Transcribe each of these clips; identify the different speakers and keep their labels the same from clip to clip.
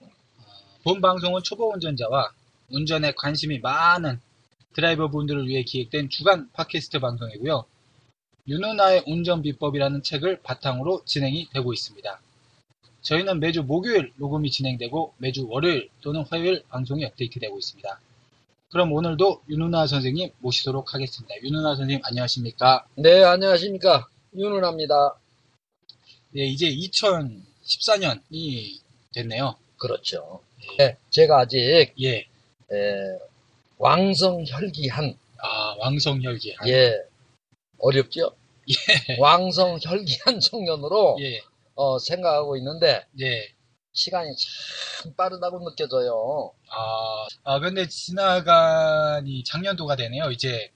Speaker 1: 어, 본 방송은 초보 운전자와 운전에 관심이 많은 드라이버 분들을 위해 기획된 주간 팟캐스트 방송이고요. 윤호나의 운전 비법이라는 책을 바탕으로 진행이 되고 있습니다. 저희는 매주 목요일 녹음이 진행되고 매주 월요일 또는 화요일 방송이 업데이트되고 있습니다. 그럼 오늘도 윤은아 선생님 모시도록 하겠습니다. 윤은아 선생님 안녕하십니까?
Speaker 2: 네, 안녕하십니까. 윤은아입니다.
Speaker 1: 예, 이제 2014년이 됐네요.
Speaker 2: 그렇죠. 네, 제가 아직
Speaker 1: 예,
Speaker 2: 에, 왕성혈기한
Speaker 1: 아 왕성혈기. 아,
Speaker 2: 예 어렵죠? 왕성혈기한 청년으로
Speaker 1: 예,
Speaker 2: 어, 생각하고 있는데
Speaker 1: 예.
Speaker 2: 시간이 참 빠르다고 느껴져요.
Speaker 1: 아, 아 근데 지나간이 작년도가 되네요. 이제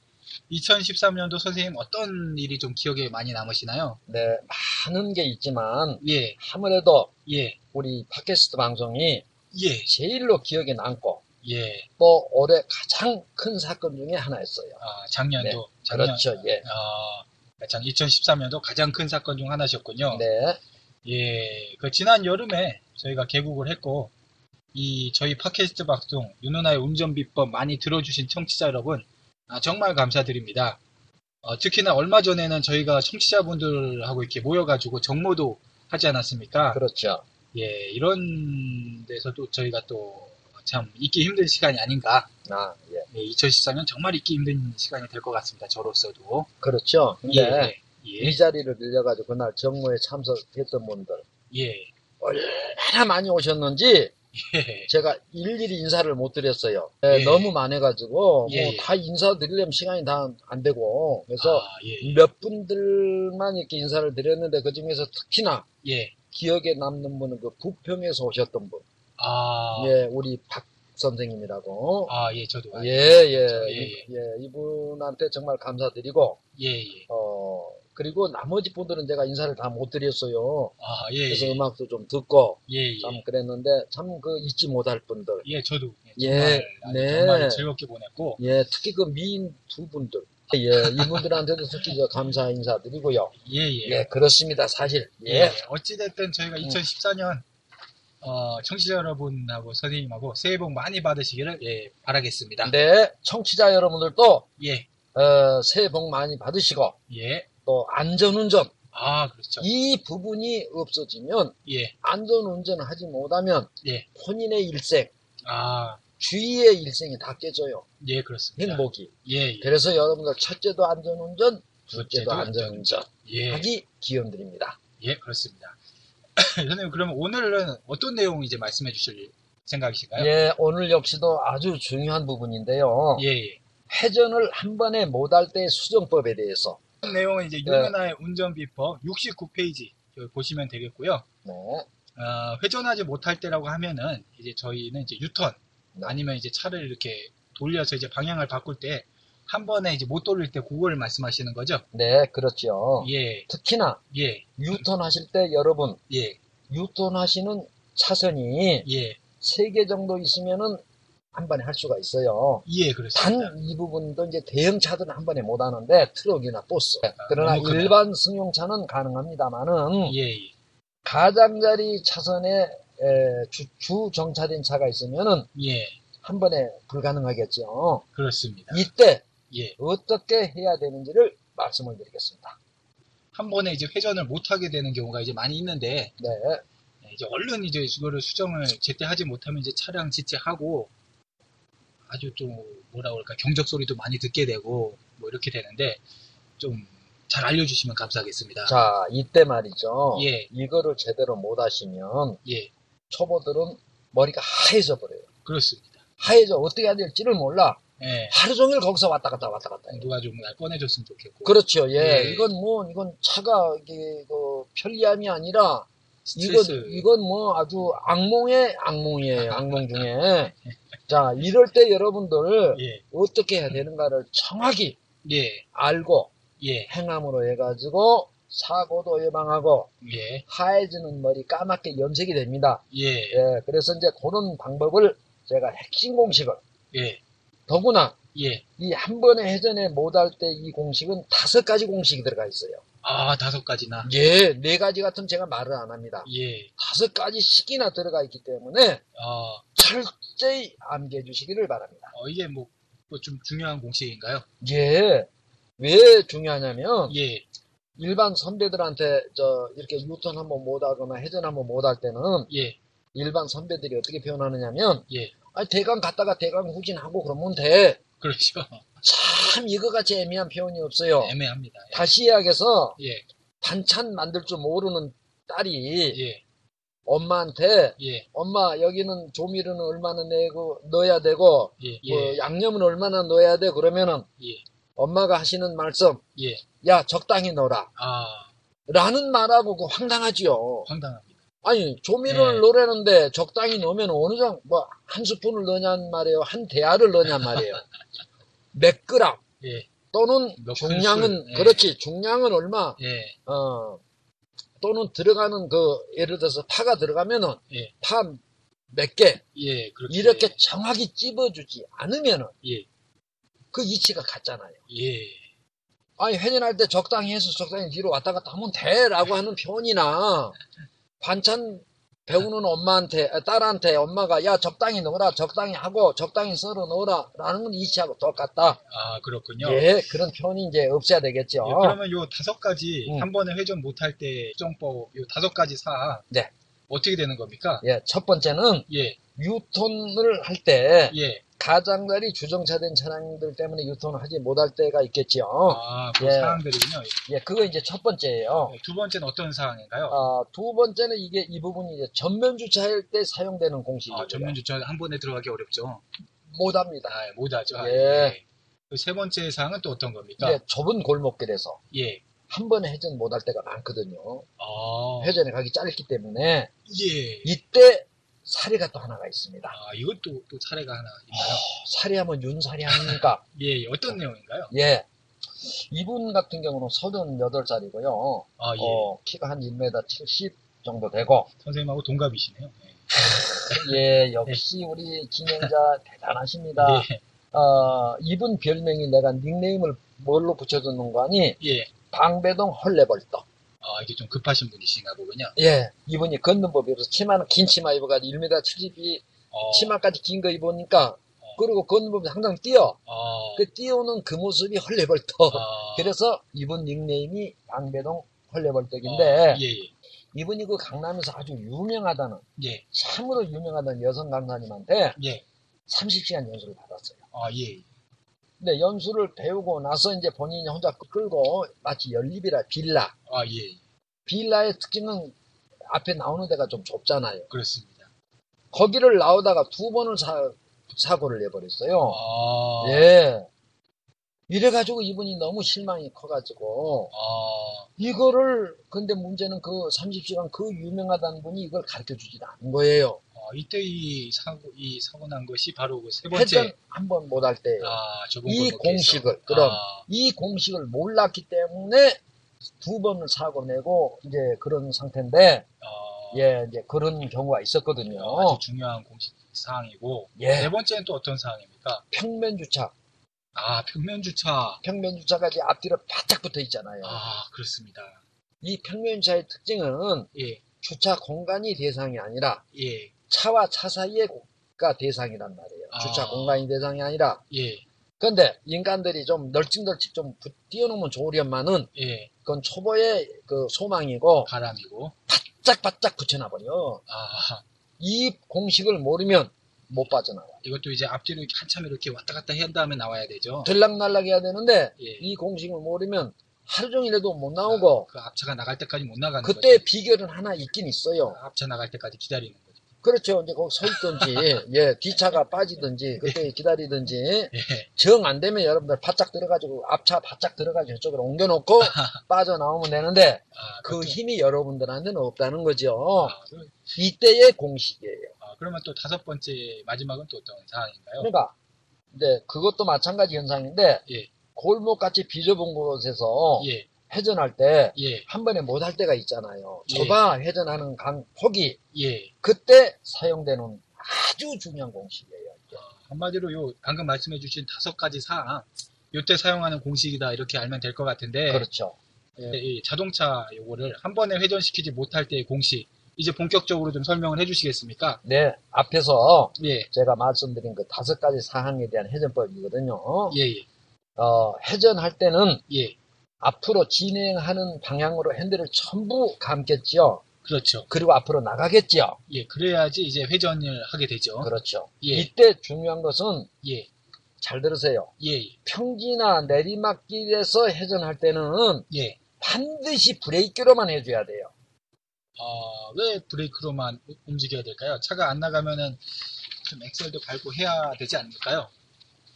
Speaker 1: 2013년도 선생님 어떤 일이 좀 기억에 많이 남으시나요?
Speaker 2: 네, 많은 게 있지만
Speaker 1: 예,
Speaker 2: 아무래도
Speaker 1: 예,
Speaker 2: 우리 팟캐스트 방송이
Speaker 1: 예,
Speaker 2: 제일로 기억에 남고
Speaker 1: 예.
Speaker 2: 또 올해 가장 큰 사건 중에 하나였어요.
Speaker 1: 아 작년도. 작년.
Speaker 2: 그렇죠, 예.
Speaker 1: 아, 참 2013년도 가장 큰 사건 중 하나셨군요.
Speaker 2: 네,
Speaker 1: 예, 그 지난 여름에 저희가 개국을 했고, 이 저희 팟캐스트 방송 윤은아의 운전 비법 많이 들어주신 청취자 여러분, 아, 정말 감사드립니다. 어, 특히나 얼마 전에는 저희가 청취자분들하고 이렇게 모여가지고 정모도 하지 않았습니까?
Speaker 2: 그렇죠.
Speaker 1: 예, 이런 데서도 저희가 또 참 잊기 힘든 시간이 아닌가.
Speaker 2: 아, 예.
Speaker 1: 예, 2014년 정말 잊기 힘든 시간이 될 것 같습니다. 저로서도.
Speaker 2: 그렇죠. 근데
Speaker 1: 예,
Speaker 2: 이 자리를 빌려가지고 그날 정모에 참석했던 분들
Speaker 1: 예, 예,
Speaker 2: 얼마나 많이 오셨는지
Speaker 1: 예,
Speaker 2: 제가 일일이 인사를 못 드렸어요. 네,
Speaker 1: 예.
Speaker 2: 너무 많아가지고
Speaker 1: 예, 예.
Speaker 2: 뭐 다 인사드리려면 시간이 다 안 되고 그래서
Speaker 1: 아, 예,
Speaker 2: 몇 분들만 이렇게 인사를 드렸는데 그 중에서 특히나
Speaker 1: 예,
Speaker 2: 기억에 남는 분은 그 부평에서 오셨던 분,
Speaker 1: 아,
Speaker 2: 예, 우리 박 선생님이라고.
Speaker 1: 아, 예, 저도.
Speaker 2: 예, 예,
Speaker 1: 예, 예.
Speaker 2: 이- 예, 이분한테 정말 감사드리고,
Speaker 1: 예, 예.
Speaker 2: 어, 그리고 나머지 분들은 제가 인사를 다 못 드렸어요.
Speaker 1: 아, 예,
Speaker 2: 그래서
Speaker 1: 예.
Speaker 2: 음악도 좀 듣고
Speaker 1: 예, 예.
Speaker 2: 참 그랬는데 참 그 잊지 못할 분들
Speaker 1: 예, 저도.
Speaker 2: 예,
Speaker 1: 정말, 아주
Speaker 2: 네.
Speaker 1: 정말 즐겁게 보냈고.
Speaker 2: 예 특히 그 미인 두 분들 예 이분들한테도 특히 저 감사 인사드리고요
Speaker 1: 예, 예.
Speaker 2: 예 그렇습니다 사실
Speaker 1: 예.
Speaker 2: 예
Speaker 1: 어찌됐든 저희가 2014년, 어, 청취자 여러분하고 선생님하고 새해 복 많이 받으시기를, 예, 바라겠습니다.
Speaker 2: 근데 청취자 여러분들도
Speaker 1: 예,
Speaker 2: 어, 새해 복 많이 받으시고
Speaker 1: 예.
Speaker 2: 또 안전운전
Speaker 1: 아, 그렇죠.
Speaker 2: 이 부분이 없어지면
Speaker 1: 예,
Speaker 2: 안전운전 하지 못하면
Speaker 1: 예.
Speaker 2: 본인의 일생
Speaker 1: 아,
Speaker 2: 주위의 일생이 다 깨져요
Speaker 1: 예, 그렇습니다.
Speaker 2: 행복이
Speaker 1: 예, 예.
Speaker 2: 그래서 여러분들 첫째도 안전운전 둘째도 안전운전
Speaker 1: 예,
Speaker 2: 하기 기원드립니다.
Speaker 1: 예, 그렇습니다. 선생님, 그러면 오늘은 어떤 내용 이제 말씀해 주실 생각이신가요?
Speaker 2: 예, 오늘 역시도 아주 중요한 부분인데요.
Speaker 1: 예, 예.
Speaker 2: 회전을 한 번에 못할 때 수정법에 대해서.
Speaker 1: 내용은 이제 유나의 운전 비법 69페이지 그 보시면 되겠고요.
Speaker 2: 네,
Speaker 1: 어, 회전하지 못할 때라고 하면은 이제 저희는 이제 유턴
Speaker 2: 네.
Speaker 1: 아니면 이제 차를 이렇게 돌려서 이제 방향을 바꿀 때 한 번에 이제 못 돌릴 때 그걸 말씀하시는 거죠?
Speaker 2: 네, 그렇죠.
Speaker 1: 예,
Speaker 2: 특히나
Speaker 1: 예,
Speaker 2: 유턴 하실 때 여러분,
Speaker 1: 예,
Speaker 2: 유턴 하시는 차선이
Speaker 1: 예,
Speaker 2: 세 개 정도 있으면은 한 번에 할 수가 있어요.
Speaker 1: 예,
Speaker 2: 단
Speaker 1: 그렇습니다.
Speaker 2: 이 부분도 이제 대형 차들은 한 번에 못 하는데 트럭이나 버스. 그러나
Speaker 1: 아, 너무 크다.
Speaker 2: 일반 승용차는 가능합니다만은
Speaker 1: 예, 예,
Speaker 2: 가장자리 차선에 에, 주, 주 정차된 차가 있으면은
Speaker 1: 예,
Speaker 2: 한 번에 불가능하겠죠.
Speaker 1: 그렇습니다.
Speaker 2: 이때
Speaker 1: 예,
Speaker 2: 어떻게 해야 되는지를 말씀을 드리겠습니다.
Speaker 1: 한 번에 이제 회전을 못 하게 되는 경우가 이제 많이 있는데
Speaker 2: 네,
Speaker 1: 이제 얼른 이제 그거를 수정을 제때 하지 못하면 이제 차량 지체하고 아주 좀 뭐라 그럴까 경적 소리도 많이 듣게 되고 뭐 이렇게 되는데 좀 잘 알려주시면 감사하겠습니다.
Speaker 2: 자, 어. 이때 말이죠.
Speaker 1: 예.
Speaker 2: 이거를 제대로 못 하시면
Speaker 1: 예,
Speaker 2: 초보들은 머리가 하얘져 버려요.
Speaker 1: 그렇습니다.
Speaker 2: 하얘져 어떻게 해야 될지를 몰라.
Speaker 1: 예,
Speaker 2: 하루 종일 거기서 왔다 갔다 왔다 갔다 해요.
Speaker 1: 누가 좀 날 꺼내줬으면 좋겠고.
Speaker 2: 그렇죠. 예.
Speaker 1: 예.
Speaker 2: 이건 뭐 이건 차가 이게 그 편리함이 아니라 이건
Speaker 1: 스트레스.
Speaker 2: 이건 뭐 아주 악몽의 악몽이에요. 악몽 중에. 자, 이럴 때 여러분들
Speaker 1: 예,
Speaker 2: 어떻게 해야 되는가를 정확히
Speaker 1: 예,
Speaker 2: 알고
Speaker 1: 예,
Speaker 2: 행함으로 해가지고 사고도 예방하고
Speaker 1: 예,
Speaker 2: 하얘지는 머리 까맣게 염색이 됩니다.
Speaker 1: 예,
Speaker 2: 예, 그래서 이제 그런 방법을 제가 핵심 공식을
Speaker 1: 예,
Speaker 2: 더구나
Speaker 1: 예.
Speaker 2: 이 한 번에 회전에 못할 때 이 공식은 다섯 가지 공식이 들어가 있어요.
Speaker 1: 아, 다섯 가지나.
Speaker 2: 예, 네 가지 같은 제가 말을 안 합니다.
Speaker 1: 예,
Speaker 2: 다섯 가지씩이나 들어가 있기 때문에
Speaker 1: 어,
Speaker 2: 철저히 암기해 주시기를 바랍니다.
Speaker 1: 어, 이게 뭐, 뭐 좀 중요한 공식인가요?
Speaker 2: 예, 왜 중요하냐면
Speaker 1: 예,
Speaker 2: 일반 선배들한테 저 이렇게 유턴 한번 못하거나 회전 한번 못할 때는
Speaker 1: 예,
Speaker 2: 일반 선배들이 어떻게 표현하느냐면
Speaker 1: 예.
Speaker 2: 아, 대강 갔다가 대강 후진하고 그러면 돼.
Speaker 1: 그렇죠.
Speaker 2: 어. 참 이거같이 애매한 표현이 없어요.
Speaker 1: 애매합니다.
Speaker 2: 다시 이야기해서
Speaker 1: 예,
Speaker 2: 반찬 만들 줄 모르는 딸이
Speaker 1: 예,
Speaker 2: 엄마한테
Speaker 1: 예,
Speaker 2: 엄마 여기는 조미료는 얼마나 내고 넣어야 되고
Speaker 1: 예,
Speaker 2: 뭐
Speaker 1: 예,
Speaker 2: 양념은 얼마나 넣어야 돼 그러면은
Speaker 1: 예.
Speaker 2: 엄마가 하시는 말씀
Speaker 1: 예.
Speaker 2: 야 적당히 넣어라
Speaker 1: 아,
Speaker 2: 라는 말하고 그 황당하지요.
Speaker 1: 황당합니다.
Speaker 2: 아니 조미료를
Speaker 1: 네.
Speaker 2: 넣으라는데 적당히 넣으면 어느 정도 뭐, 한 스푼을 넣냐는 말이에요. 한 대야를 넣냐는 말이에요. 몇 그램
Speaker 1: 예,
Speaker 2: 또는
Speaker 1: 몇
Speaker 2: 중량은
Speaker 1: 큰술, 예.
Speaker 2: 그렇지 중량은 얼마
Speaker 1: 예,
Speaker 2: 어 또는 들어가는 그 예를 들어서 파가 들어가면은
Speaker 1: 예.
Speaker 2: 파 몇 개
Speaker 1: 예, 그렇게.
Speaker 2: 이렇게 정확히 찝어주지 않으면은
Speaker 1: 예.
Speaker 2: 그 이치가 같잖아요.
Speaker 1: 예,
Speaker 2: 아니 회전할 때 적당히 해서 적당히 뒤로 왔다 갔다 하면 돼라고 하는 표현이나 반찬 배우는 엄마한테 아, 딸한테 엄마가 야 적당히 넣어라 적당히 하고 적당히 썰어 넣어라라는 건 이치하고 똑같다.
Speaker 1: 아, 그렇군요.
Speaker 2: 예 그런 표현이 이제 없어야 되겠죠.
Speaker 1: 예, 그러면 요 다섯 가지
Speaker 2: 음.
Speaker 1: 한 번에 회전 못할 때 정법 요 다섯 가지 사항
Speaker 2: 네.
Speaker 1: 어떻게 되는 겁니까?
Speaker 2: 예 첫 번째는
Speaker 1: 예,
Speaker 2: 유턴을 할 때
Speaker 1: 예.
Speaker 2: 가장자리 주정차된 차량들 때문에 유턴을 하지 못할 때가 있겠지요.
Speaker 1: 아, 그
Speaker 2: 예.
Speaker 1: 사항들이군요.
Speaker 2: 예 그거 이제 첫 번째예요.
Speaker 1: 예. 두 번째는 어떤 사항인가요?
Speaker 2: 아, 두 번째는 이게 이 부분이 이제 전면 주차할 때 사용되는 공식이죠.
Speaker 1: 아, 전면 주차 한 번에 들어가기 어렵죠.
Speaker 2: 못합니다.
Speaker 1: 아, 못하죠. 아,
Speaker 2: 예. 네.
Speaker 1: 그세 번째 사항은 또 어떤 겁니까?
Speaker 2: 이제 좁은 골목길에서
Speaker 1: 예.
Speaker 2: 한 번에 회전 못할 때가 많거든요.
Speaker 1: 아,
Speaker 2: 회전의 각이 짧기 때문에
Speaker 1: 예.
Speaker 2: 이때 사례가 또 하나가 있습니다.
Speaker 1: 아, 이것도 또 사례가 하나 있나요?
Speaker 2: 사례하면 윤사례 아닙니까?
Speaker 1: 예, 어떤 내용인가요?
Speaker 2: 예. 이분 같은 경우는 38살이고요. 어,
Speaker 1: 아, 예.
Speaker 2: 키가 한 1m 70 정도 되고,
Speaker 1: 선생님하고 동갑이시네요. 예.
Speaker 2: 예, 역시 우리 진행자 대단하십니다.
Speaker 1: 예.
Speaker 2: 어, 이분 별명이 내가 닉네임을 뭘로 붙여줬는가 하니,
Speaker 1: 예.
Speaker 2: 방배동 헐레벌떡.
Speaker 1: 아, 이게 좀 급하신 분이신가 보군요.
Speaker 2: 예, 이분이 걷는 법이 없어. 치마는 긴 치마 입어가지고 1m 70이
Speaker 1: 어,
Speaker 2: 치마까지 긴 거 입으니까 그리고 걷는 법이 항상 뛰어.
Speaker 1: 어,
Speaker 2: 그 뛰어오는 그 모습이 헐레벌떡.
Speaker 1: 아,
Speaker 2: 그래서 이분 닉네임이 방배동
Speaker 1: 어,
Speaker 2: 헐레벌떡인데
Speaker 1: 예, 예.
Speaker 2: 이분이 그 강남에서 아주 유명하다는
Speaker 1: 예,
Speaker 2: 참으로 유명하다는 여성 강사님한테
Speaker 1: 예.
Speaker 2: 30시간 연수를 받았어요.
Speaker 1: 아, 예.
Speaker 2: 근데 연수를 배우고 나서 이제 본인이 혼자 끌고 마치 연립이라 빌라.
Speaker 1: 아, 예.
Speaker 2: 빌라의 특징은 앞에 나오는 데가 좀 좁잖아요.
Speaker 1: 그렇습니다.
Speaker 2: 거기를 나오다가 두 번을 사, 사고를 내버렸어요.
Speaker 1: 아,
Speaker 2: 예. 이래가지고 이분이 너무 실망이 커가지고,
Speaker 1: 아,
Speaker 2: 이거를, 근데 문제는 그 30시간 그 유명하다는 분이 이걸 가르쳐 주지도 않은 거예요.
Speaker 1: 어, 이때 이 사고, 이 사고 난 것이 바로 그 세 번째.
Speaker 2: 회전 한 번 못 할 때예요.
Speaker 1: 아, 저번
Speaker 2: 이
Speaker 1: 골목에서.
Speaker 2: 공식을, 그럼,
Speaker 1: 아,
Speaker 2: 이 공식을 몰랐기 때문에 두 번을 사고 내고, 이제 그런 상태인데,
Speaker 1: 어,
Speaker 2: 예, 어. 이제 그런 경우가 있었거든요.
Speaker 1: 아주 중요한 공식 사항이고. 네
Speaker 2: 예,
Speaker 1: 번째는 또 어떤 사항입니까?
Speaker 2: 평면 주차.
Speaker 1: 아, 평면 주차.
Speaker 2: 평면 주차가 이제 앞뒤로 바짝 붙어 있잖아요.
Speaker 1: 아, 그렇습니다.
Speaker 2: 이 평면차의 특징은
Speaker 1: 예,
Speaker 2: 주차 공간이 대상이 아니라
Speaker 1: 예,
Speaker 2: 차와 차 사이가 대상이란 말이에요.
Speaker 1: 아.
Speaker 2: 주차 공간이 대상이 아니라.
Speaker 1: 예,
Speaker 2: 그런데 인간들이 좀 널찍널찍 좀 부- 띄워놓으면 좋으련만은
Speaker 1: 예.
Speaker 2: 그건 초보의 그 소망이고
Speaker 1: 바람이고.
Speaker 2: 바짝바짝 붙여놔버려.
Speaker 1: 아,
Speaker 2: 이 공식을 모르면 못 빠져나와.
Speaker 1: 이것도 이제 앞뒤로 이렇게 한참 이렇게 왔다 갔다 한 다음에 나와야 되죠.
Speaker 2: 들락날락 해야 되는데
Speaker 1: 예,
Speaker 2: 이 공식을 모르면 하루 종일해도 못 나오고
Speaker 1: 그 앞차가 나갈 때까지 못 나가는
Speaker 2: 그때
Speaker 1: 거죠. 그
Speaker 2: 비결은 하나 있긴 있어요.
Speaker 1: 앞차 나갈 때까지 기다리는 거죠.
Speaker 2: 그렇죠. 이제 거기 서 있든지, 예, 뒤차가 빠지든지, 그때 기다리든지,
Speaker 1: 예.
Speaker 2: 정 안 되면 여러분들 바짝 들어가지고, 앞차 바짝 들어가지고 이쪽으로 옮겨놓고, 빠져나오면 되는데,
Speaker 1: 아,
Speaker 2: 그
Speaker 1: 그것도-
Speaker 2: 힘이 여러분들한테는 없다는 거죠.
Speaker 1: 아, 그럼-
Speaker 2: 이때의 공식이에요.
Speaker 1: 아, 그러면 또 다섯 번째 마지막은 또 어떤 상황인가요?
Speaker 2: 그러니까, 이제 그것도 마찬가지 현상인데,
Speaker 1: 예.
Speaker 2: 골목같이 비좁은 곳에서
Speaker 1: 예,
Speaker 2: 회전할 때,
Speaker 1: 예,
Speaker 2: 한 번에 못 할 때가 있잖아요.
Speaker 1: 예.
Speaker 2: 좁아 회전하는 강 폭이
Speaker 1: 예.
Speaker 2: 그때 사용되는 아주 중요한 공식이에요.
Speaker 1: 한마디로 요 방금 말씀해주신 다섯 가지 사항, 요때 사용하는 공식이다 이렇게 알면 될 것 같은데
Speaker 2: 그렇죠.
Speaker 1: 예, 이 자동차 요거를 한 번에 회전시키지 못할 때의 공식 이제 본격적으로 좀 설명을 해주시겠습니까?
Speaker 2: 네, 앞에서
Speaker 1: 예, 예,
Speaker 2: 제가 말씀드린 그 다섯 가지 사항에 대한 회전법이거든요.
Speaker 1: 예,
Speaker 2: 어, 회전할 때는
Speaker 1: 예,
Speaker 2: 앞으로 진행하는 방향으로 핸들을 전부 감겠지요.
Speaker 1: 그렇죠.
Speaker 2: 그리고 앞으로 나가겠지요.
Speaker 1: 예, 그래야지 이제 회전을 하게 되죠.
Speaker 2: 그렇죠.
Speaker 1: 예.
Speaker 2: 이때 중요한 것은
Speaker 1: 예,
Speaker 2: 잘 들으세요.
Speaker 1: 예,
Speaker 2: 평지나 내리막길에서 회전할 때는
Speaker 1: 예.
Speaker 2: 반드시 브레이크로만 해줘야 돼요.
Speaker 1: 어, 왜 브레이크로만 우- 움직여야 될까요? 차가 안 나가면은 좀 엑셀도 밟고 해야 되지 않을까요?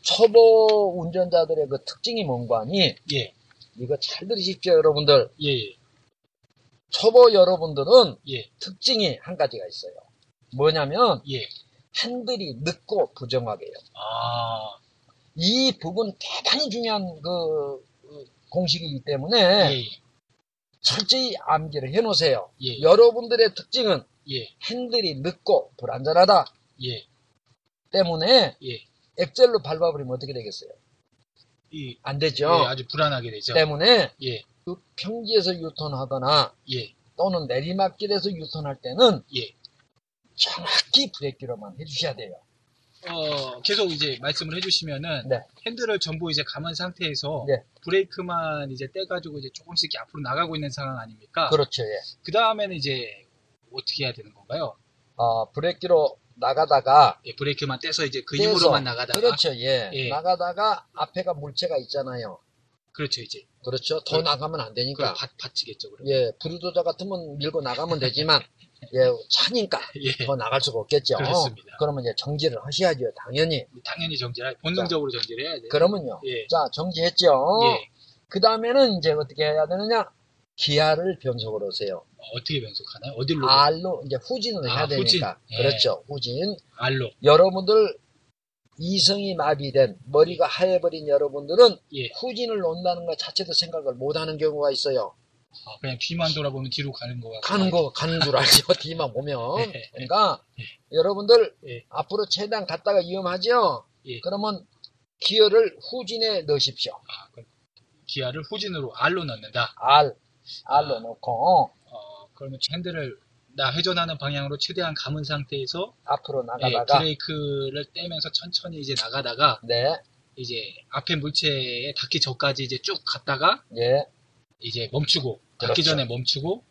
Speaker 2: 초보 운전자들의 그 특징이 뭔가 하니
Speaker 1: 예,
Speaker 2: 이거 잘 들으십시오 여러분들
Speaker 1: 예, 예,
Speaker 2: 초보 여러분들은
Speaker 1: 예,
Speaker 2: 특징이 한 가지가 있어요 뭐냐면
Speaker 1: 예.
Speaker 2: 핸들이 늦고 부정하게요
Speaker 1: 아,
Speaker 2: 이 부분 대단히 중요한 그 어, 공식이기
Speaker 1: 예,
Speaker 2: 때문에
Speaker 1: 예,
Speaker 2: 철저히 암기를 해놓으세요
Speaker 1: 예,
Speaker 2: 여러분들의 특징은
Speaker 1: 예,
Speaker 2: 핸들이 늦고 불안전하다
Speaker 1: 예,
Speaker 2: 때문에
Speaker 1: 예.
Speaker 2: 엑셀로 밟아버리면 어떻게 되겠어요
Speaker 1: 이,
Speaker 2: 안
Speaker 1: 예,
Speaker 2: 되죠
Speaker 1: 아주 불안하게 되죠.
Speaker 2: 때문에
Speaker 1: 예,
Speaker 2: 그 평지에서 유턴하거나
Speaker 1: 예,
Speaker 2: 또는 내리막길에서 유턴할 때는
Speaker 1: 예.
Speaker 2: 정확히 브레이크로만 해주셔야 돼요.
Speaker 1: 어, 계속 이제 말씀을 해주시면은
Speaker 2: 네.
Speaker 1: 핸들을 전부 이제 감은 상태에서
Speaker 2: 네.
Speaker 1: 브레이크만 이제 떼가지고 이제 조금씩 이렇게 앞으로 나가고 있는 상황 아닙니까?
Speaker 2: 그렇죠. 예.
Speaker 1: 그 다음에는 이제 어떻게 해야 되는 건가요?
Speaker 2: 어, 브레이크로 나가다가
Speaker 1: 예, 브레이크만 떼서 이제 그
Speaker 2: 떼서,
Speaker 1: 힘으로만 나가다가
Speaker 2: 그렇죠. 예.
Speaker 1: 예.
Speaker 2: 나가다가 앞에가 물체가 있잖아요.
Speaker 1: 그렇죠, 이제
Speaker 2: 그렇죠. 더
Speaker 1: 그-
Speaker 2: 나가면 안
Speaker 1: 그럼
Speaker 2: 되니까.
Speaker 1: 밭 받치겠죠, 그럼.
Speaker 2: 예. 브루도저 같으면 밀고 나가면 되지만 예, 차니까
Speaker 1: 예.
Speaker 2: 더 나갈 수가 없겠죠.
Speaker 1: 그렇습니다.
Speaker 2: 그러면 이제 정지를 하셔야죠. 당연히.
Speaker 1: 뭐 당연히 정지를 할- 본능적으로 정지를 해야 돼.
Speaker 2: 그러면요.
Speaker 1: 예.
Speaker 2: 자, 정지했죠.
Speaker 1: 예.
Speaker 2: 그 다음에는 이제 어떻게 해야 되느냐? 기아를 변속으로 하세요.
Speaker 1: 어떻게 변속하나요? 어디로?
Speaker 2: R로 이제 후진을
Speaker 1: 아,
Speaker 2: 해야
Speaker 1: 후진.
Speaker 2: 되니까
Speaker 1: 예.
Speaker 2: 그렇죠 후진
Speaker 1: 알로.
Speaker 2: 여러분들 이성이 마비된 머리가 하얘버린 여러분들은
Speaker 1: 예.
Speaker 2: 후진을 논다는 것 자체도 생각을 못하는 경우가 있어요
Speaker 1: 아, 그냥 뒤만 돌아보면 뒤로 가는 거 같고.
Speaker 2: 가는 거 가는 줄 알죠 뒤만 보면
Speaker 1: 예.
Speaker 2: 그러니까 여러분들
Speaker 1: 예.
Speaker 2: 앞으로 최대한 갔다가 위험하죠
Speaker 1: 예.
Speaker 2: 그러면 기어를 후진에 넣으십시오
Speaker 1: 아, 그럼 기아를 후진으로 R로 넣는다.
Speaker 2: R
Speaker 1: 아.
Speaker 2: R로 넣고
Speaker 1: 어, 그러면 핸들을 나 회전하는 방향으로 최대한 감은 상태에서
Speaker 2: 앞으로
Speaker 1: 예,
Speaker 2: 나가다가
Speaker 1: 브레이크를 떼면서 천천히 이제 나가다가
Speaker 2: 네
Speaker 1: 이제 앞에 물체에 닿기 전까지 이제 쭉 갔다가
Speaker 2: 예.
Speaker 1: 이제 멈추고
Speaker 2: 그렇죠.
Speaker 1: 닿기 전에 멈추고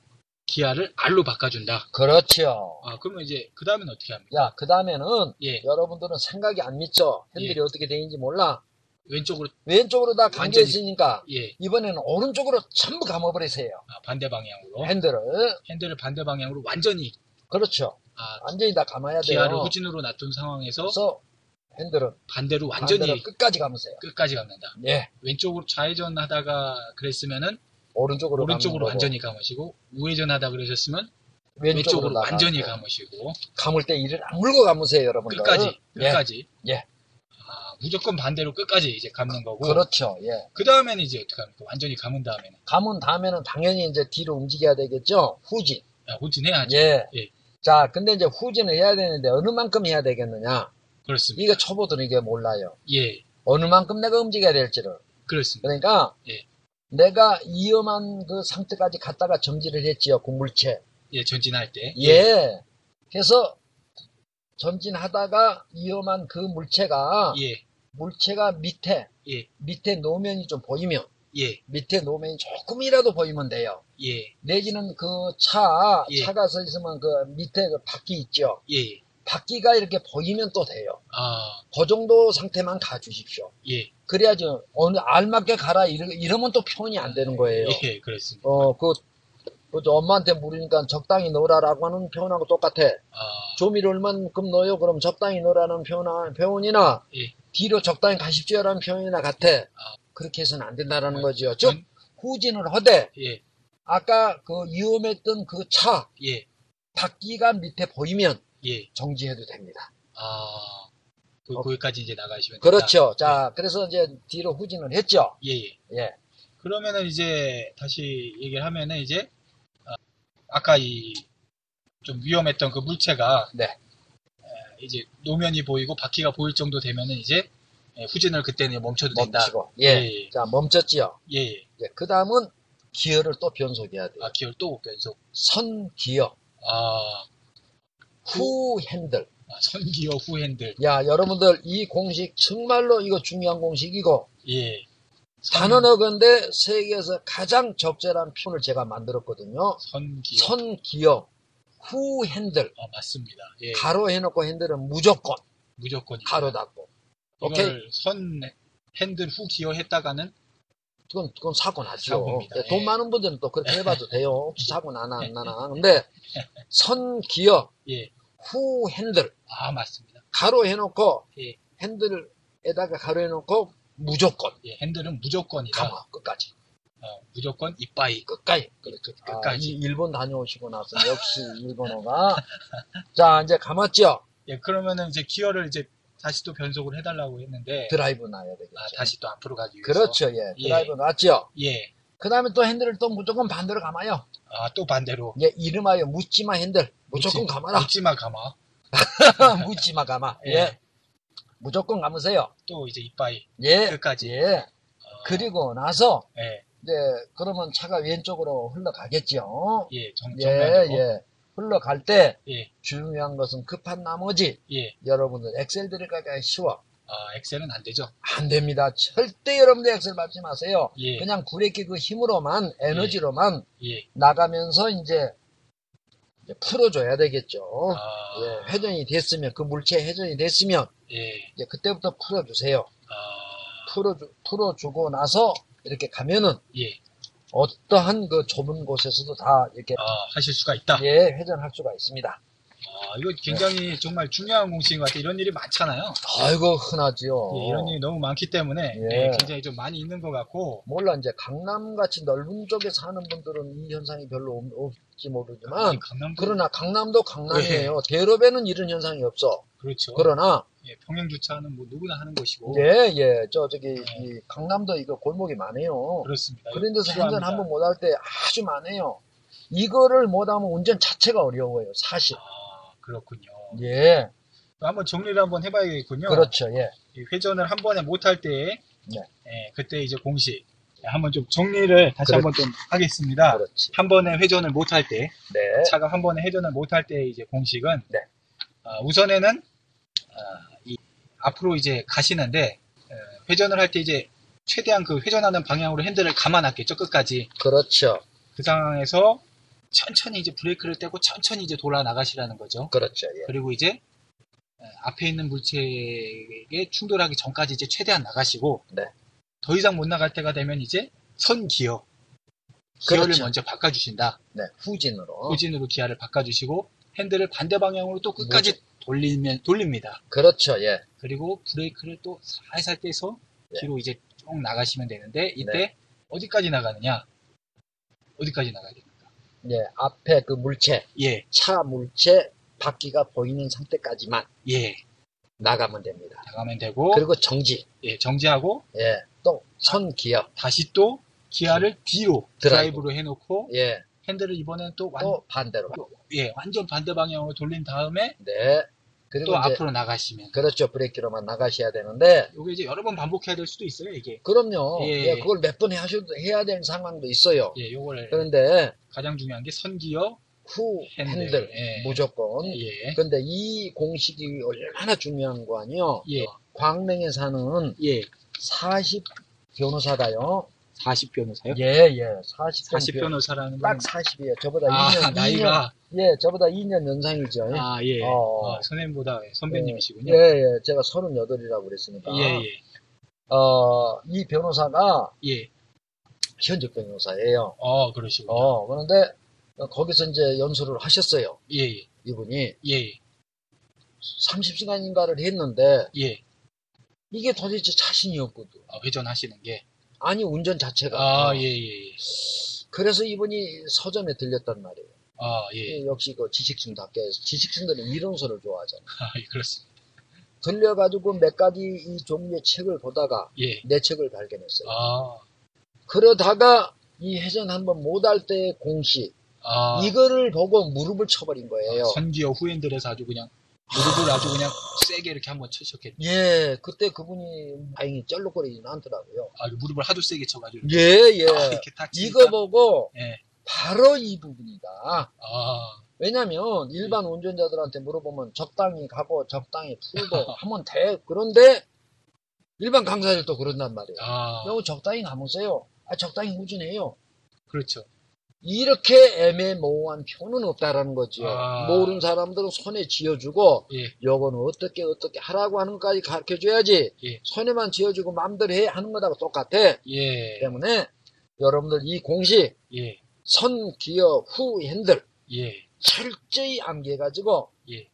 Speaker 1: 기아를 R로 바꿔준다.
Speaker 2: 그렇죠
Speaker 1: 아, 그러면 이제 그 다음엔 어떻게 합니까?
Speaker 2: 야 그 다음에는
Speaker 1: 예,
Speaker 2: 여러분들은 생각이 안 미쳐. 핸들이
Speaker 1: 예.
Speaker 2: 어떻게 되는지 몰라.
Speaker 1: 왼쪽으로
Speaker 2: 왼쪽으로 다
Speaker 1: 완전히-
Speaker 2: 감겨있으니까
Speaker 1: 예,
Speaker 2: 이번에는 오른쪽으로 전부 감아버리세요.
Speaker 1: 아, 반대 방향으로
Speaker 2: 핸들을.
Speaker 1: 핸들을 반대 방향으로 완전히
Speaker 2: 그렇죠.
Speaker 1: 아,
Speaker 2: 완전히 다 감아야 돼요.
Speaker 1: 기아를 후진으로 놔둔 상황에서
Speaker 2: 그래서 핸들은
Speaker 1: 반대로 완전히
Speaker 2: 완전히 끝까지 감으세요.
Speaker 1: 끝까지 감는다.
Speaker 2: 예.
Speaker 1: 왼쪽으로 좌회전 하다가 그랬으면은
Speaker 2: 오른쪽으로
Speaker 1: 오른쪽으로
Speaker 2: 감는 거고,
Speaker 1: 완전히 감으시고 우회전 하다 그러셨으면
Speaker 2: 왼쪽으로,
Speaker 1: 왼쪽으로
Speaker 2: 나가고.
Speaker 1: 완전히 감으시고
Speaker 2: 감을 때 이를 안 물고 감으세요, 여러분들.
Speaker 1: 끝까지
Speaker 2: 예.
Speaker 1: 끝까지
Speaker 2: 예.
Speaker 1: 아, 무조건 반대로 끝까지 이제 감는 거고
Speaker 2: 그렇죠. 예.
Speaker 1: 그 다음에는 이제 어떻게 합니까? 완전히 감은 다음에는
Speaker 2: 감은 다음에는 당연히 이제 뒤로 움직여야 되겠죠. 후진.
Speaker 1: 야, 아, 후진해야지
Speaker 2: 예.
Speaker 1: 예.
Speaker 2: 자, 근데 이제 후진을 해야 되는데 어느 만큼 해야 되겠느냐?
Speaker 1: 그렇습니다.
Speaker 2: 이거 초보들은 이게 몰라요.
Speaker 1: 예
Speaker 2: 어느 만큼 내가 움직여야 될지를.
Speaker 1: 그렇습니다.
Speaker 2: 그러니까
Speaker 1: 예.
Speaker 2: 내가 위험한 그 상태까지 갔다가 정지를 했지요. 그 물체.
Speaker 1: 예 전진할 때
Speaker 2: 예. 그래서 전진하다가 위험한 그 물체가
Speaker 1: 예,
Speaker 2: 물체가 밑에
Speaker 1: 예.
Speaker 2: 밑에 노면이 좀 보이면
Speaker 1: 예,
Speaker 2: 밑에 노면이 조금이라도 보이면 돼요.
Speaker 1: 예,
Speaker 2: 내지는 그 차
Speaker 1: 예.
Speaker 2: 차가 서 있으면 그 밑에 그 바퀴 있죠.
Speaker 1: 예,
Speaker 2: 바퀴가 이렇게 보이면 또 돼요.
Speaker 1: 아,
Speaker 2: 그 정도 상태만 가주십시오.
Speaker 1: 예,
Speaker 2: 그래야지 어느 알맞게 가라 이러, 이러면 또 표현이 안 되는 거예요.
Speaker 1: 예, 그렇습니다.
Speaker 2: 어, 그, 뭐죠, 엄마한테 물으니까 적당히 넣으라라고 하는 표현하고 똑같아.
Speaker 1: 아,
Speaker 2: 조미료 얼만큼 넣어요? 그럼 적당히 넣으라는 표현, 표현이나,
Speaker 1: 예.
Speaker 2: 뒤로 적당히 가십시오라는 표현이나 같아. 그렇게 해서는 안
Speaker 1: 네.
Speaker 2: 된다라는 거지요. 즉,
Speaker 1: 전-
Speaker 2: 후진을 하되,
Speaker 1: 예,
Speaker 2: 아까 그 위험했던 그 차,
Speaker 1: 예,
Speaker 2: 바퀴가 밑에 보이면
Speaker 1: 예.
Speaker 2: 정지해도 됩니다.
Speaker 1: 아, 그,
Speaker 2: 어.
Speaker 1: 거기까지 이제 나가시면 됩니다.
Speaker 2: 그렇죠.
Speaker 1: 네.
Speaker 2: 자, 그래서 이제 뒤로 후진을 했죠.
Speaker 1: 예, 예.
Speaker 2: 예.
Speaker 1: 그러면은 이제 다시 얘기를 하면은 이제 아, 아까 이 좀 위험했던 그 물체가
Speaker 2: 네.
Speaker 1: 에, 이제 노면이 보이고 바퀴가 보일 정도 되면은 이제 예, 후진을 그때는 멈춰도 된다.
Speaker 2: 멈추고. 예.
Speaker 1: 예.
Speaker 2: 자, 멈췄지요.
Speaker 1: 예, 예.
Speaker 2: 예. 그 다음은 기어를 또 변속해야 돼요.
Speaker 1: 아, 기어를 또 변속.
Speaker 2: 선 기어,
Speaker 1: 아,
Speaker 2: 후 핸들.
Speaker 1: 아, 선기어 후 핸들.
Speaker 2: 야, 여러분들 이 공식 정말로 이거 중요한 공식이고
Speaker 1: 예.
Speaker 2: 단언어건데 세계에서 가장 적절한 표현을 제가 만들었거든요.
Speaker 1: 선기어.
Speaker 2: 선 기어, 후 핸들.
Speaker 1: 아, 맞습니다. 예.
Speaker 2: 가로 해놓고 핸들은 무조건
Speaker 1: 무조건
Speaker 2: 가로 닫고. 오케이.
Speaker 1: 이걸 선 핸들 후 기어 했다가는
Speaker 2: 그건, 그건 사고 나죠.
Speaker 1: 사고입니다.
Speaker 2: 예,
Speaker 1: 예.
Speaker 2: 돈 많은 분들은 또 그렇게 해봐도 돼요. 혹시 사고 나나 안 나나. 근데 선 기어,
Speaker 1: 예.
Speaker 2: 후 핸들.
Speaker 1: 아, 맞습니다.
Speaker 2: 가로 해놓고
Speaker 1: 예.
Speaker 2: 핸들에다가 가로 해놓고 무조건
Speaker 1: 예, 핸들은 무조건이다.
Speaker 2: 가마 끝까지.
Speaker 1: 어, 무조건 이빠이.
Speaker 2: 끝까지. 그렇죠. 아,
Speaker 1: 끝까지.
Speaker 2: 이 일본 다녀오시고 나서 역시 일본어가. 자, 이제 감았죠?
Speaker 1: 예, 그러면은 이제 기어를 이제 다시 또 변속을 해달라고 했는데
Speaker 2: 드라이브 놔야 되겠죠.
Speaker 1: 예. 아, 다시 또 앞으로 가기 위해서
Speaker 2: 그렇죠, 예.
Speaker 1: 예.
Speaker 2: 드라이브 놨죠?
Speaker 1: 예,
Speaker 2: 그 다음에 또 핸들을 또 무조건 반대로 감아요.
Speaker 1: 아 또 반대로
Speaker 2: 예, 이름하여 묻지마 핸들. 무조건
Speaker 1: 묻지-
Speaker 2: 감아라.
Speaker 1: 묻지마 감아
Speaker 2: 묻지마 감아.
Speaker 1: 예.
Speaker 2: 예. 무조건 감으세요.
Speaker 1: 또 이제 이빠이
Speaker 2: 예.
Speaker 1: 끝까지
Speaker 2: 예.
Speaker 1: 아.
Speaker 2: 그리고 나서,
Speaker 1: 예,
Speaker 2: 이제 그러면 차가 왼쪽으로 흘러가겠죠.
Speaker 1: 예, 정,
Speaker 2: 예,
Speaker 1: 정면으로
Speaker 2: 예. 흘러갈 때
Speaker 1: 예,
Speaker 2: 중요한 것은 급한 나머지
Speaker 1: 예.
Speaker 2: 여러분들 엑셀 들어가기가 쉬워.
Speaker 1: 아 엑셀은 안 되죠.
Speaker 2: 안 됩니다. 절대 여러분들 엑셀 밟지 마세요.
Speaker 1: 예,
Speaker 2: 그냥 구레기 그 힘으로만 에너지로만
Speaker 1: 예,
Speaker 2: 나가면서 이제, 이제 풀어줘야 되겠죠.
Speaker 1: 아,
Speaker 2: 예, 회전이 됐으면 그 물체 회전이 됐으면
Speaker 1: 예,
Speaker 2: 이제 그때부터 풀어주세요.
Speaker 1: 아,
Speaker 2: 풀어주, 풀어주고 나서 이렇게 가면은
Speaker 1: 예,
Speaker 2: 어떠한 그 좁은 곳에서도 다 이렇게
Speaker 1: 아 하실 수가 있다.
Speaker 2: 예, 회전할 수가 있습니다.
Speaker 1: 아 이거 굉장히
Speaker 2: 네.
Speaker 1: 정말 중요한 공식인 것 같아요. 이런 일이 많잖아요.
Speaker 2: 아이고 흔하지요.
Speaker 1: 예, 이런 일이 너무 많기 때문에
Speaker 2: 어. 예.
Speaker 1: 예, 굉장히 좀 많이 있는 것 같고
Speaker 2: 몰라 이제 강남 같이 넓은 쪽에 사는 분들은 이 현상이 별로 없, 지
Speaker 1: 아,
Speaker 2: 모르지만
Speaker 1: 예, 강남도
Speaker 2: 그러나 강남도
Speaker 1: 예.
Speaker 2: 강남이에요. 대로변은 이런 현상이 없어.
Speaker 1: 그렇죠.
Speaker 2: 그러나
Speaker 1: 예, 평행 주차는 뭐 누구나 하는 것이고
Speaker 2: 예, 예, 저 저기 이 강남도 이거 골목이 많아요.
Speaker 1: 그렇습니다.
Speaker 2: 그런 데서
Speaker 1: 필요합니다.
Speaker 2: 운전 한 번 못 할 때 아주 많아요. 이거를 못하면 운전 자체가 어려워요, 사실.
Speaker 1: 아, 그렇군요.
Speaker 2: 예,
Speaker 1: 한번 정리를 한번 해봐야겠군요.
Speaker 2: 그렇죠, 예.
Speaker 1: 이 회전을 한 번에 못 할 때,
Speaker 2: 네.
Speaker 1: 예, 그때 이제 공식 예, 한번 좀 정리를 다시
Speaker 2: 그렇-
Speaker 1: 한번 좀 하겠습니다.
Speaker 2: 그렇죠. 그렇지.
Speaker 1: 한 번에 회전을 못 할 때,
Speaker 2: 네,
Speaker 1: 차가 한 번에 회전을 못 할 때 이제 공식은
Speaker 2: 네.
Speaker 1: 아, 우선에는 아, 이 앞으로 이제 가시는데 예, 회전을 할 때 이제 최대한 그 회전하는 방향으로 핸들을 감아놨겠죠 끝까지.
Speaker 2: 그렇죠,
Speaker 1: 그 상황에서 천천히 이제 브레이크를 떼고 천천히 이제 돌아 나가시라는 거죠.
Speaker 2: 그렇죠, 예.
Speaker 1: 그리고 이제 어, 앞에 있는 물체에 충돌하기 전까지 이제 최대한 나가시고
Speaker 2: 네.
Speaker 1: 더 이상 못 나갈 때가 되면 이제 선 기어 기어를
Speaker 2: 그렇죠.
Speaker 1: 먼저 바꿔주신다.
Speaker 2: 네, 후진으로.
Speaker 1: 후진으로 기아를 바꿔주시고 핸들을 반대 방향으로 또 끝까지 돌리면 돌립니다.
Speaker 2: 그렇죠, 예.
Speaker 1: 그리고 브레이크를 또 살살 떼서
Speaker 2: 네.
Speaker 1: 뒤로 이제 쭉 나가시면 되는데 이때
Speaker 2: 네.
Speaker 1: 어디까지 나가느냐? 어디까지 나가야 됩니까?
Speaker 2: 예, 앞에 그 물체,
Speaker 1: 예,
Speaker 2: 차 물체, 바퀴가 보이는 상태까지만
Speaker 1: 예,
Speaker 2: 나가면 됩니다.
Speaker 1: 나가면 되고
Speaker 2: 그리고 정지,
Speaker 1: 예, 정지하고
Speaker 2: 예. 또 선 기어,
Speaker 1: 다시 또 기아를 뒤로
Speaker 2: 네. 드라이브.
Speaker 1: 드라이브.
Speaker 2: 어.
Speaker 1: 로 해놓고
Speaker 2: 예.
Speaker 1: 핸들을 이번엔 또, 완,
Speaker 2: 또 반대로.
Speaker 1: 예, 완전 반대 방향으로 돌린 다음에
Speaker 2: 네. 그리고
Speaker 1: 또
Speaker 2: 이제
Speaker 1: 앞으로 나가시면
Speaker 2: 그렇죠, 브레이크로만 나가셔야 되는데
Speaker 1: 이게 이제 여러 번 반복해야 될 수도 있어요 이게
Speaker 2: 그럼요.
Speaker 1: 예,
Speaker 2: 예,
Speaker 1: 예.
Speaker 2: 그걸 몇 번 하셔도 해야 되는 상황도 있어요.
Speaker 1: 예, 요거를
Speaker 2: 그런데
Speaker 1: 가장 중요한 게 선기어
Speaker 2: 후
Speaker 1: 핸들.
Speaker 2: 핸들
Speaker 1: 예.
Speaker 2: 무조건.
Speaker 1: 예,
Speaker 2: 그런데 이 공식이 얼마나 중요한 거 아니요?
Speaker 1: 예,
Speaker 2: 광명에 사는
Speaker 1: 예,
Speaker 2: 40 변호사가요.
Speaker 1: 40 변호사요?
Speaker 2: 예, 예. 40,
Speaker 1: 40 변호사라는
Speaker 2: 딱
Speaker 1: 건
Speaker 2: 40이에요. 저보다
Speaker 1: 아,
Speaker 2: 2년,
Speaker 1: 나이가
Speaker 2: 2년, 예, 저보다 2년 연상이죠.
Speaker 1: 아, 예.
Speaker 2: 어.
Speaker 1: 아, 선생님보다
Speaker 2: 예,
Speaker 1: 선배님이시군요. 아,
Speaker 2: 예, 예. 제가 38이라고 그랬으니까.
Speaker 1: 예, 예.
Speaker 2: 어, 이 변호사가
Speaker 1: 예.
Speaker 2: 현직 변호사예요.
Speaker 1: 어, 그러시군요.
Speaker 2: 어, 그런데 거기서 이제 연수를 하셨어요.
Speaker 1: 예, 예,
Speaker 2: 이분이
Speaker 1: 예,
Speaker 2: 30시간인가를 했는데
Speaker 1: 예.
Speaker 2: 이게 도대체 자신이 없거든.
Speaker 1: 어, 회전하시는 게.
Speaker 2: 아니 운전 자체가.
Speaker 1: 아, 예, 예, 예.
Speaker 2: 그래서 이분이 서점에 들렸단 말이에요.
Speaker 1: 아, 예.
Speaker 2: 역시 그 지식인답게 지식인들은 이런 소를 좋아하잖아. 요
Speaker 1: 아, 예, 그렇습니다.
Speaker 2: 들려가지고 몇 가지 이 종류의 책을 보다가
Speaker 1: 예.
Speaker 2: 내 책을 발견했어요.
Speaker 1: 아,
Speaker 2: 그러다가 이 회전 한번 못할 때의 공시
Speaker 1: 아.
Speaker 2: 이거를 보고 무릎을 쳐버린 거예요.
Speaker 1: 선기어 후엔들에서 아주 그냥 무릎을 아주 그냥 세게 이렇게 한번 쳐셨겠네.
Speaker 2: 예, 그때 그분이 다행히 쩔룩거리지는 않더라고요.
Speaker 1: 아, 이거 무릎을 하도 세게 쳐가지고.
Speaker 2: 예, 예.
Speaker 1: 아, 이렇게 딱 치니까.
Speaker 2: 이거 뭐 보고
Speaker 1: 예.
Speaker 2: 바로 이 부분이다.
Speaker 1: 아,
Speaker 2: 왜냐면 일반 운전자들한테 물어보면 적당히 가고 적당히 풀고 하면 돼. 그런데 일반 강사들도 그런단 말이에요.
Speaker 1: 아,
Speaker 2: 너무 적당히 가면서요. 아, 적당히 후진해요.
Speaker 1: 그렇죠.
Speaker 2: 이렇게 애매모호한 표는 없다라는 거지요.
Speaker 1: 아.
Speaker 2: 모르는 사람들은 손에 쥐어주고
Speaker 1: 예,
Speaker 2: 요건 어떻게 어떻게 하라고 하는 것까지 가르쳐줘야지
Speaker 1: 예.
Speaker 2: 손에만 쥐어주고 마음대로 해 하는 거하고 똑같아.
Speaker 1: 예,
Speaker 2: 때문에 여러분들 이 공식
Speaker 1: 예,
Speaker 2: 선 기어 후 핸들
Speaker 1: 예,
Speaker 2: 철저히 암기해가지고
Speaker 1: 예.
Speaker 2: 에,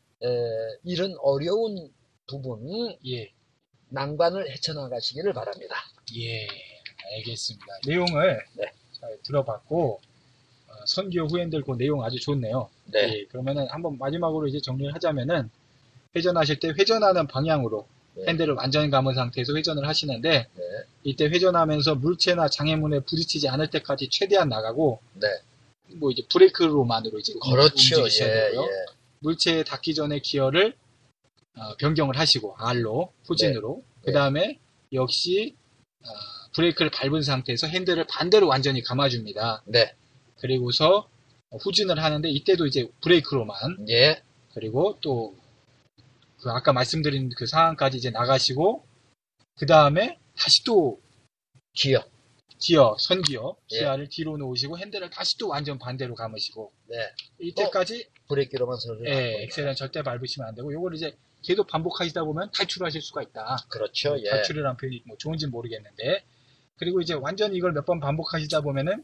Speaker 2: 이런 어려운 부분
Speaker 1: 예,
Speaker 2: 난관을 헤쳐나가시기를 바랍니다.
Speaker 1: 예. 알겠습니다. 내용을
Speaker 2: 네.
Speaker 1: 잘 들어봤고, 어, 선기어 후엔들 그 내용 아주 좋네요. 예, 그러면은 한번 마지막으로 이제 정리를 하자면은 회전하실 때 회전하는 방향으로
Speaker 2: 네.
Speaker 1: 핸들을 완전히 감은 상태에서 회전을 하시는데
Speaker 2: 네.
Speaker 1: 이때 회전하면서 물체나 장애물에 부딪히지 않을 때까지 최대한 나가고
Speaker 2: 네.
Speaker 1: 뭐 이제 브레이크로만으로 이제
Speaker 2: 그렇죠. 예,
Speaker 1: 움직이셔야 되고요.
Speaker 2: 예.
Speaker 1: 물체에 닿기 전에 기어를 어, 변경을 하시고 R로 후진으로 그 다음에 역시 어, 브레이크를 밟은 상태에서 핸들을 반대로 완전히 감아줍니다.
Speaker 2: 네.
Speaker 1: 그리고서 후진을 하는데 이때도 이제 브레이크로만
Speaker 2: 예.
Speaker 1: 그리고 또 그 아까 말씀드린 그 상황까지 이제 나가시고 그 다음에 다시 또
Speaker 2: 기어.
Speaker 1: 기어 선기어
Speaker 2: 예.
Speaker 1: 기아를 뒤로 놓으시고 핸들을 다시 또 완전 반대로 감으시고
Speaker 2: 네.
Speaker 1: 이때까지
Speaker 2: 브레이크로만 서로.
Speaker 1: 예, 엑셀은 절대 밟으시면 안 되고 요걸 이제 계속 반복하시다 보면 탈출하실 수가 있다.
Speaker 2: 그렇죠. 예.
Speaker 1: 탈출이란 표현이 뭐 좋은지 는 모르겠는데 그리고 이제 완전히 이걸 몇 번 반복하시다 보면은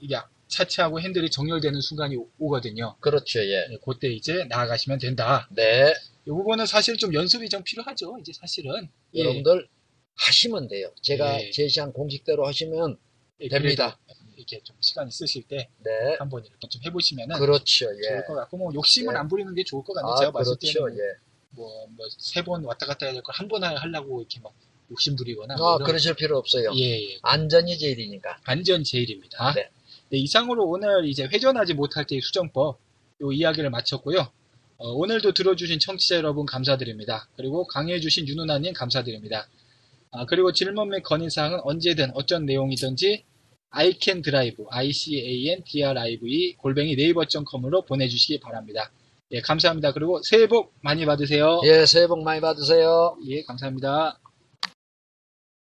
Speaker 1: 이게 차체하고 핸들이 정렬되는 순간이 오- 오거든요.
Speaker 2: 그렇죠. 예.
Speaker 1: 예, 그때 이제 나아가시면 된다.
Speaker 2: 네.
Speaker 1: 요거는 사실 좀 연습이 좀 필요하죠. 이제 사실은 예,
Speaker 2: 여러분들 하시면 돼요. 제가
Speaker 1: 예.
Speaker 2: 제시한 공식대로 하시면
Speaker 1: 예,
Speaker 2: 됩니다.
Speaker 1: 그래도 이렇게 좀 시간 있으실 때
Speaker 2: 네.
Speaker 1: 한번 이렇게 좀 해보시면은
Speaker 2: 그렇죠.
Speaker 1: 네. 좋을
Speaker 2: 예.
Speaker 1: 것 같고 뭐 욕심은
Speaker 2: 예.
Speaker 1: 안 부리는 게 좋을 것 같네요.
Speaker 2: 아,
Speaker 1: 제가 봤을
Speaker 2: 그렇죠.
Speaker 1: 때는
Speaker 2: 예.
Speaker 1: 뭐세 번 왔다 갔다 해야 될 걸 한 번 하려고 이렇게 막 욕심 부리거나 뭐
Speaker 2: 아,
Speaker 1: 이런-
Speaker 2: 그러실 필요 없어요.
Speaker 1: 예, 예.
Speaker 2: 안전이 제일이니까.
Speaker 1: 안전 제일입니다.
Speaker 2: 네.
Speaker 1: 네, 이상으로 오늘 이제 회전하지 못할 때의 수정법 요 이야기를 마쳤고요. 어, 오늘도 들어주신 청취자 여러분 감사드립니다. 그리고 강의해주신 윤은아님 감사드립니다. 아, 그리고 질문 및 건의사항은 언제든 어쩐 내용이든지 iCanDrive, I-C-A-N-D-R-I-V 골뱅이 네이버.com으로 보내주시기 바랍니다. 예, 감사합니다. 그리고 새해 복 많이 받으세요.
Speaker 2: 예, 새해 복 많이 받으세요.
Speaker 1: 예, 감사합니다.